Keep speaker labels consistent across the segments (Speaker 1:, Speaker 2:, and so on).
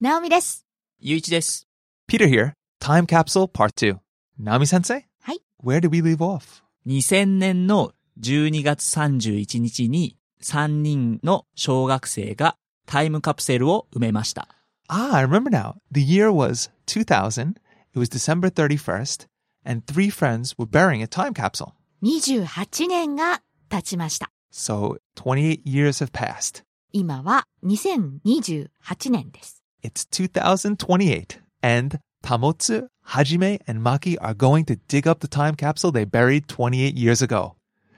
Speaker 1: ナオミです。
Speaker 2: ゆういちです。
Speaker 3: Peter here. Time Capsule Part 2. Nami sensei?
Speaker 1: Hi.
Speaker 3: Where did we leave off?
Speaker 2: 2000年の12月31日に3人の小学生がタイムカプセルを埋めました。
Speaker 3: Ah, I remember now. The year was 2000. It was December 31st. And three friends were burying a time capsule.
Speaker 1: 28年が経ちました。
Speaker 3: So 28 years have passed.
Speaker 1: 今は2028年です。
Speaker 3: It's 2028. And Tamotsu, Hajime, and Maki are going to dig up the time capsule they buried 28 years ago.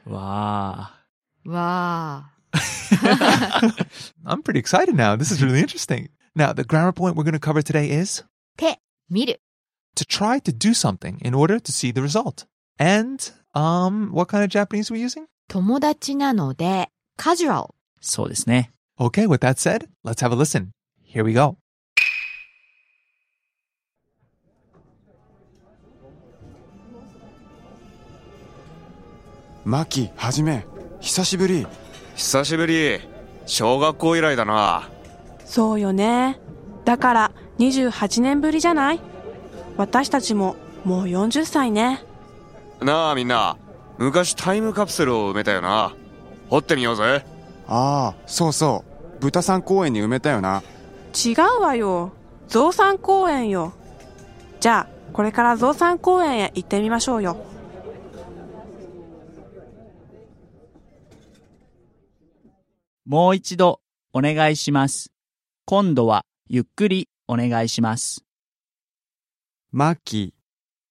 Speaker 2: わあ。
Speaker 1: わあ。
Speaker 3: I'm pretty excited now. This is really interesting. Now, the grammar point we're going to cover today is
Speaker 1: 手、見る。
Speaker 3: to try to do something in order to see the result. And um, what kind of Japanese are we using?
Speaker 1: 友達なので、カジュアル。
Speaker 2: そうですね。
Speaker 3: Okay, with that said, let's have a listen. Here we go.
Speaker 4: マキはじめ久しぶり
Speaker 5: 久しぶり小学校以来だな
Speaker 6: そうよね。だから28年ぶりじゃない私たちももう40歳ね。
Speaker 5: なあみんな昔タイムカプセルを埋めたよな掘ってみようぜ
Speaker 4: ああそうそう豚さん公園に埋めたよな
Speaker 6: 違うわよ。増産公園よ。じゃあ、これから増産公園へ行ってみましょうよ。
Speaker 2: もう一度お願いします。今度はゆっくりお願いします。
Speaker 4: マキ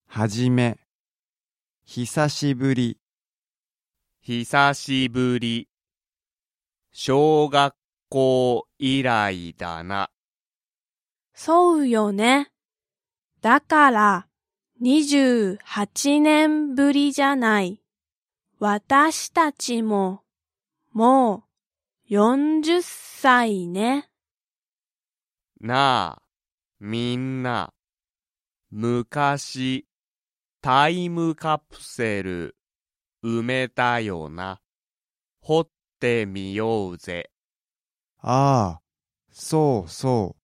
Speaker 4: はじめ久しぶり
Speaker 7: 久しぶり。小学校以来だな。
Speaker 6: そうよね。だから28年ぶりじゃない。私たちももう40歳ね。
Speaker 7: なあ、みんな。昔、タイムカプセル、埋めたよな。掘ってみようぜ。
Speaker 4: ああそうそう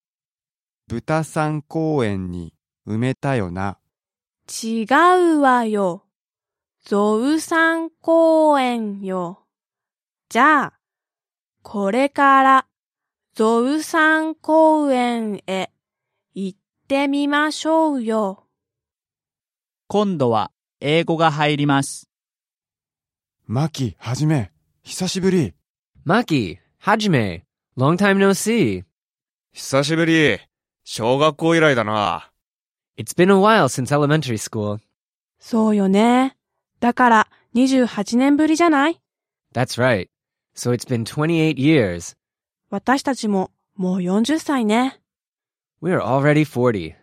Speaker 4: 豚さん公園に埋めたよな
Speaker 6: 違うわよ。ゾウさん公園よ。じゃあ、これから、ゾウさん公園へ行ってみましょうよ。
Speaker 2: 今度は英語が入ります。
Speaker 4: マキはじめ久しぶり
Speaker 8: Maki, Hajime, long time no see.
Speaker 5: 久しぶり小学校以来だな
Speaker 8: It's been a while since elementary school.
Speaker 6: そうよね。だから、28年ぶりじゃない
Speaker 8: That's right. So it's been 28 years.
Speaker 6: 私たちも、もう40歳ね。
Speaker 8: We're already 40.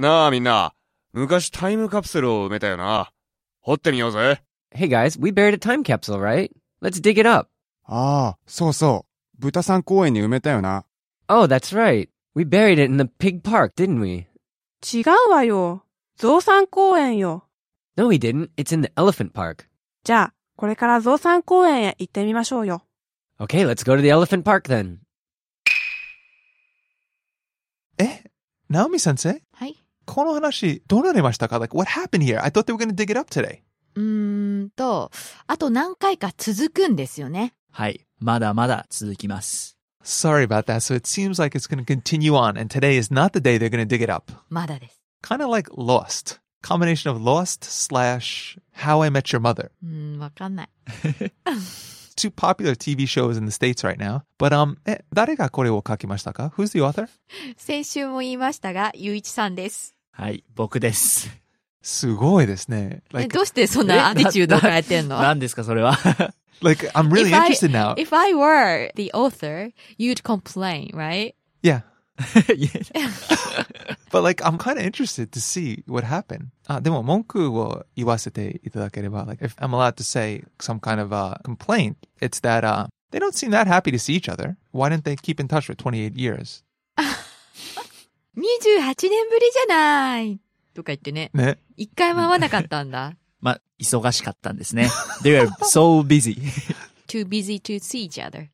Speaker 5: なあみんな昔タイムカプセルを埋めたよな掘ってみようぜ
Speaker 8: Hey guys, we buried a time capsule, right? Let's dig it up.
Speaker 4: ああそうそう豚さん公園に埋めたよな
Speaker 8: Oh, that's right. We buried it in the pig park, didn't we?
Speaker 6: 違うわよ。ゾウさん公園よ。
Speaker 8: No, we didn't. It's in the elephant park.
Speaker 6: じゃあ、これからゾウさん公園へ行ってみましょうよ。
Speaker 8: Okay, let's go to the elephant park then.
Speaker 3: Eh, Naomi sensei,
Speaker 1: はい。
Speaker 3: この話どうなりましたか? Like, what happened here? I thought they were going to dig it up today.
Speaker 1: うーんと、あと何回か続くんですよね。
Speaker 2: はい。まだまだ続きます。
Speaker 3: Sorry about that. So it seems like it's going to continue on, and today is not the day they're going to dig it up.
Speaker 1: まだです。
Speaker 3: Kind of like Lost. Combination of Lost slash How I Met Your Mother.
Speaker 1: うーん、わかんない。
Speaker 3: two popular TV shows in the States right now. But um, eh, 誰がこれを書きましたか? Who's the author?
Speaker 1: 先週も言いましたが、ゆういちさんです。
Speaker 2: はい。僕です。
Speaker 3: すごいですね.
Speaker 1: え
Speaker 3: Like,
Speaker 1: どうしてそんなアティチュードを変えてんの
Speaker 2: 何ですか、それは。
Speaker 3: like I'm really
Speaker 1: If I-
Speaker 3: interested now.
Speaker 1: If I were the author, you'd complain, right?
Speaker 3: Yeah.
Speaker 2: いえ
Speaker 3: But like, I'm kind of interested to see what happened. あ、でも文句を言わせていただければ, like, if I'm allowed to say some kind of uh, complaint, it's that uh, they don't seem that happy to see each other. Why didn't they keep in touch for 28 years?
Speaker 1: 28年ぶりじゃないとか言ってね。
Speaker 3: ね。
Speaker 1: 一回も会わなかったんだ。
Speaker 2: まあ、忙しかったんですね。They were so busy.
Speaker 1: too busy to see each other.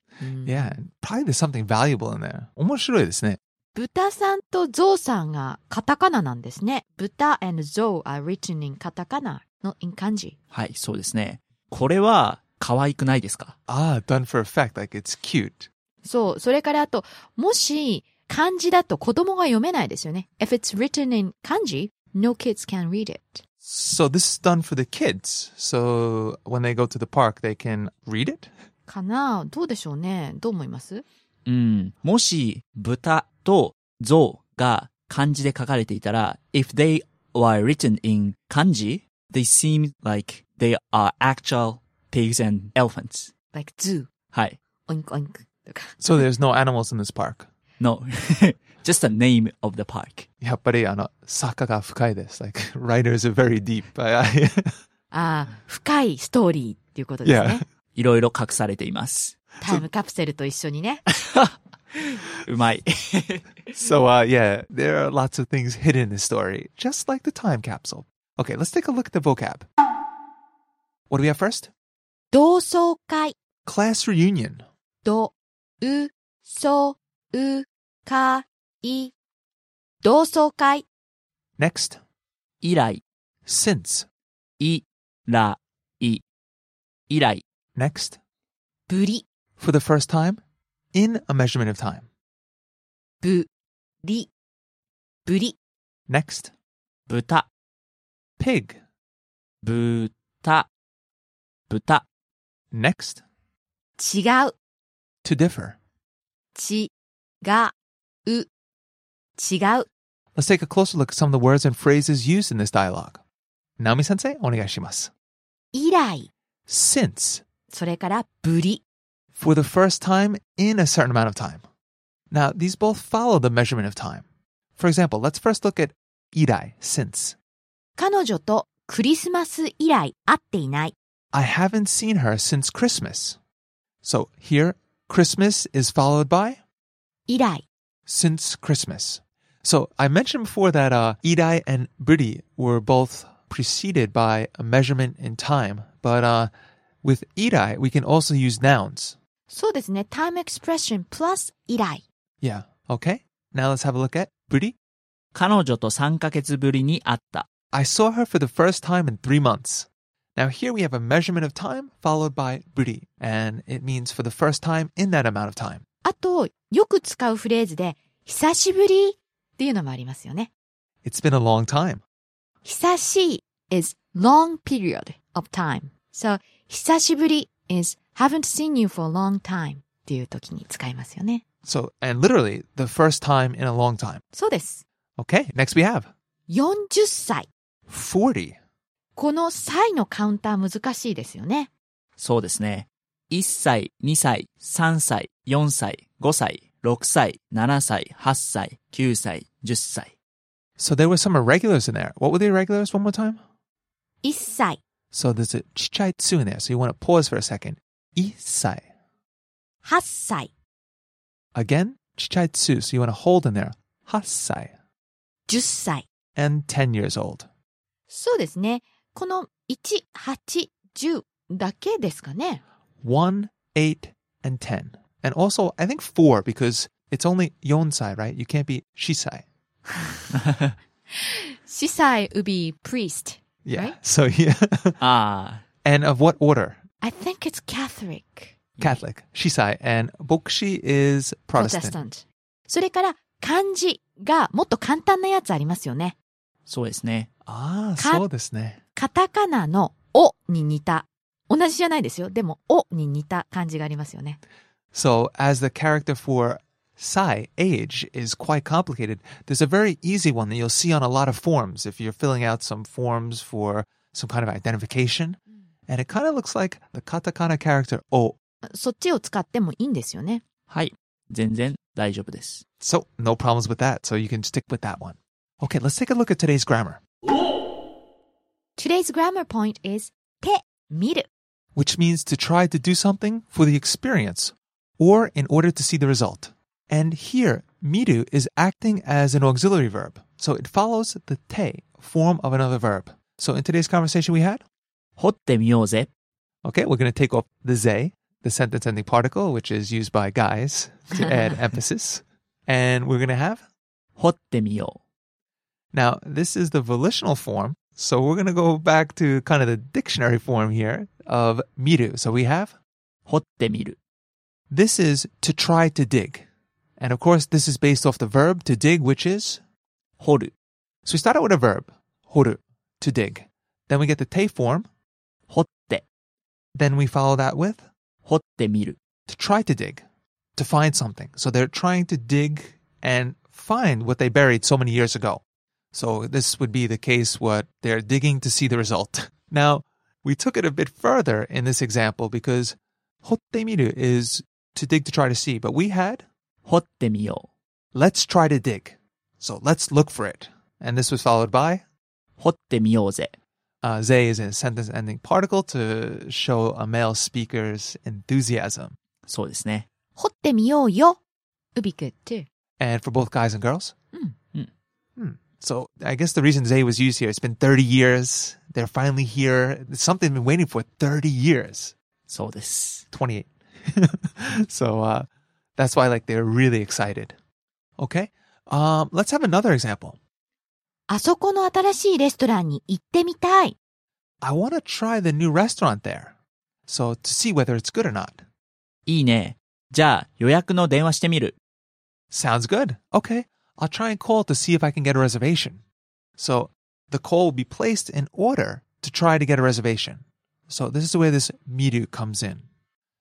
Speaker 3: Yeah. Probably there's something valuable in there. 面白いですね.
Speaker 1: 豚さんとゾウさんがカタカナなんですね。豚 and ゾウ are written in カタカナの in 漢字。
Speaker 2: はい、そうですね。これは可愛くないですか
Speaker 3: Ah, done for effect, like it's cute.
Speaker 1: そう。それからあと、もし漢字だと子供が読めないですよね。If it's written in 漢字、no kids can read it.
Speaker 3: So this is done for the kids. So when they go to the park, they can read it.
Speaker 1: かなどうでしょうねどう思います
Speaker 2: うん。もし、豚と象が漢字で書かれていたら、if they were written in 漢字 they seem like they are actual pigs and elephants.
Speaker 1: ?like zoo,
Speaker 2: はい。
Speaker 1: オインクオインクとか。
Speaker 3: So there's no animals in this park.
Speaker 2: No. Just the name of the park.
Speaker 3: やっぱりあの、坂が深いです。Like, writers are very deep. I- I-
Speaker 1: ああ、深いストーリーっていうことですね。
Speaker 2: いろいろ隠されています。
Speaker 1: タイムカプセルと一緒にね。
Speaker 2: うまい。
Speaker 3: so, uh, yeah, there are lots of things hidden in the story, just like the time capsule. Okay, let's take a look at the vocab. What do we have first?
Speaker 1: 同窓会、
Speaker 3: Class reunion.
Speaker 1: ど、う、そ、う、か、い。同窓会、
Speaker 3: Next,
Speaker 2: 以来、
Speaker 3: since.
Speaker 2: い、ら、い。以来、
Speaker 3: Next,
Speaker 1: ぶり、
Speaker 3: for the first time, in a measurement of time.
Speaker 1: ぶ、り、ぶり、
Speaker 3: Next,
Speaker 2: 豚、
Speaker 3: pig.
Speaker 2: 豚、豚、
Speaker 3: Next,
Speaker 1: 違う、
Speaker 3: to differ.
Speaker 1: ち、が、う、違う。
Speaker 3: Let's take a closer look at some of the words and phrases used in this dialogue. Naomi sensei, onegaishimasu.
Speaker 1: 以来、
Speaker 3: Since.
Speaker 1: それからぶり。
Speaker 3: for the first time in a certain amount of time. Now, these both follow the measurement of time. For example, let's first look at irai, since.
Speaker 1: 彼女とクリスマス以来会っていない。
Speaker 3: I haven't seen her since Christmas. So here, Christmas is followed by
Speaker 1: 以来、
Speaker 3: since Christmas. So I mentioned before that uh, irai and buri were both preceded by a measurement in time, but uh, with irai, we can also use nouns.
Speaker 1: そうですね。time expression plus 以来。
Speaker 3: Yeah, okay. Now let's have a look at buri.
Speaker 2: 彼女と3ヶ月ぶりに会った。
Speaker 3: I saw her for the first time in three months. Now, here we have a measurement of time followed by buri, and it means for the first time in that amount of time.
Speaker 1: あと、よく使うフレーズで、久しぶりっていうのもありますよね。
Speaker 3: It's been a long time.
Speaker 1: 久しい is long period of time. So, 久しぶり is haven't seen you for a long time っていう時に使いますよね。
Speaker 3: So, and literally, the first time in a long time.
Speaker 1: そうです。
Speaker 3: Okay, next we have
Speaker 1: 40歳。
Speaker 3: 40.
Speaker 1: この歳のカウンター難しいですよね。
Speaker 2: そうですね。1歳、2歳、3歳、4歳、5歳、6歳、7歳、8歳、9歳、10歳。
Speaker 3: So, there were some irregulars in there. What were the irregulars one more time?
Speaker 1: 1歳、
Speaker 3: So, there's a chichai tsu in there, so you want to pause for a second. Isai.
Speaker 1: 8歳、
Speaker 3: Again, chichai tsu, so you want to hold in there. Hassai.
Speaker 1: 10歳。
Speaker 3: And 10 years old.
Speaker 1: そうですね。この1、8、10だけですかね。
Speaker 3: one, eight, and ten. And also, I think four because it's only yonsai, right? You can't be shisai.
Speaker 1: 司祭 would be priest.
Speaker 3: Yeah.
Speaker 1: Right?
Speaker 3: So yeah.
Speaker 2: ああ、
Speaker 3: and of what order?
Speaker 1: I think it's Catholic.
Speaker 3: Catholic, shisai, and bokushi is Protestant.
Speaker 1: Protestant. それから漢字がもっと簡単なやつありますよね。
Speaker 2: そうですね。
Speaker 3: Ah,
Speaker 1: Cat-
Speaker 3: so this ne.
Speaker 1: カタカナのおに似た。同じじゃないですよ。でもおに似た漢字がありますよね。
Speaker 3: So as the character for sai, age, is quite complicated, there's a very easy one that you'll see on a lot of forms if you're filling out some forms for some kind of identification.
Speaker 1: Mm.
Speaker 3: And it kind of looks like the katakana character o.
Speaker 1: そっちを使ってもいいんですよね。
Speaker 2: はい。全然大丈夫です。
Speaker 3: So, no problems with that. So, you can stick with that one. Okay, let's take a look at today's grammar,
Speaker 1: Today's grammar point is 手、見る。
Speaker 3: which means to try to do something for the experience or in order to see the result. And here, miru is acting as an auxiliary verb. So, it follows the te form of another verb. So, in today's conversation, we had,
Speaker 2: 掘ってみようぜ。
Speaker 3: okay, we're going to take off the ze, the sentence ending particle, which is used by guys to add emphasis. And we're going to have.
Speaker 2: 掘ってみよ
Speaker 3: Now, this is the volitional form. So we're going to go back to kind of the dictionary form here of miru. So we have
Speaker 2: う。掘ってみる。
Speaker 3: this is to try to dig. And of course, this is based off the verb to dig, which is.
Speaker 2: 掘る。
Speaker 3: So we start out with a verb, horu, to dig. Then we get the te form.
Speaker 2: 掘って。
Speaker 3: Then we follow that with
Speaker 2: 掘ってみる。
Speaker 3: to try to dig, to find something. So they're trying to dig and find what they buried so many years ago. So this would be the case what they're digging to see the result. Now, we took it a bit further in this example because hotemiru is to dig to try to see, but we had
Speaker 2: 掘ってみよ
Speaker 3: let's try to dig. So let's look for it. And this was followed
Speaker 2: う。
Speaker 3: by
Speaker 2: 掘ってみようぜ。
Speaker 3: uh, ze is a sentence ending particle to show a male speaker's enthusiasm.
Speaker 2: そうですね。
Speaker 1: 掘ってみようよ。would be good too.
Speaker 3: And for both guys and girls?
Speaker 1: Mm.
Speaker 2: Mm.
Speaker 3: Hmm. So I guess the reason Zay was used here, it's been 30 years. They're finally here. It's something they've been waiting for 30 years.
Speaker 2: そうです。
Speaker 3: 28. so uh, that's why like they're really excited. Okay. Um, let's have another example.
Speaker 1: あそこの新しいレストランに行ってみたい。
Speaker 3: I want to try the new restaurant there. So to see whether it's good or not.
Speaker 2: いいね。じゃあ予約の電話してみる。
Speaker 3: Sounds good. Okay. I'll try and call to see if I can get a reservation. So the call will be placed in order to try to get a reservation. So this is the way this miru comes in.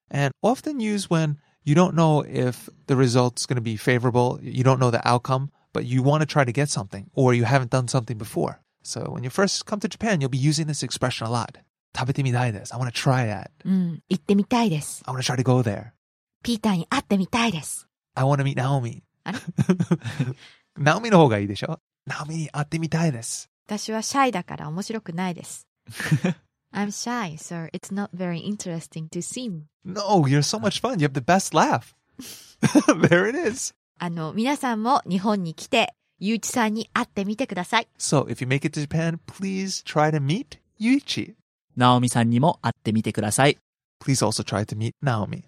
Speaker 3: And often used when you don't know if the result's going to be favorable, you don't know the outcome, but you want to try to get something or you haven't done something before. So when you first come to Japan, you'll be using this expression a lot. 食べてみたい this. I want to try that.
Speaker 1: うん、行ってみたいです。
Speaker 3: I want to try to go there.
Speaker 1: ピーターに会ってみたいです。
Speaker 3: I want to meet Naomi.
Speaker 1: あれ
Speaker 3: Naomi の方がいいでしょ Naomi に会ってみたいです。
Speaker 1: 私はシャイだから面白くないです。I'm shy, so it's not very interesting to see me.
Speaker 3: No, you're so much fun. You have the best laugh. there it is.
Speaker 1: あの、皆さんも日本に来て、ゆういちさんに会ってみてください。
Speaker 3: So if you make it to Japan, please try to meet Yuichi.
Speaker 2: ナオミさんにも会ってみてください。
Speaker 3: Please also try to meet Naomi.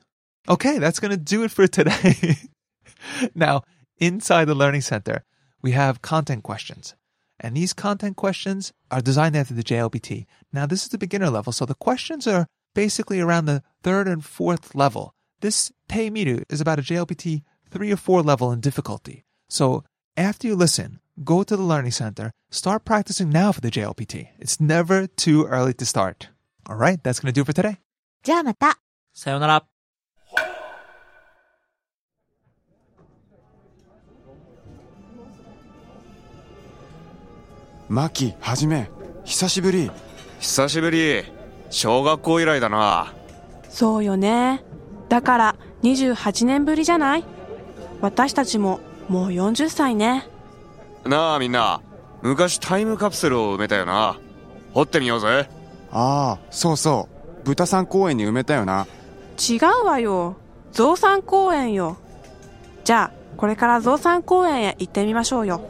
Speaker 3: Okay, that's going to do it for today. now, inside the Learning Center, we have content questions. And these content questions are designed after the JLBT. Now, this is the beginner level, so the questions are basically around the third and fourth level. This Teimiru is about a JLBT three or four level in difficulty. So after you listen, go to the Learning Center, start practicing now for the JLPT. It's never too early to start. All right, that's going to do it for today.
Speaker 1: じゃあまた。
Speaker 2: さようなら。
Speaker 4: マキはじめ久しぶり
Speaker 5: 久しぶり。小学校以来だな。
Speaker 6: そうよね。だから28年ぶりじゃない私たちももう40歳ね。
Speaker 5: なあみんな、昔タイムカプセルを埋めたよな。掘ってみようぜ。
Speaker 4: ああそうそう豚さん公園に埋めたよな
Speaker 6: 違うわよ。ゾウさん公園よ。じゃあ、これからゾウさん公園へ行ってみましょうよ。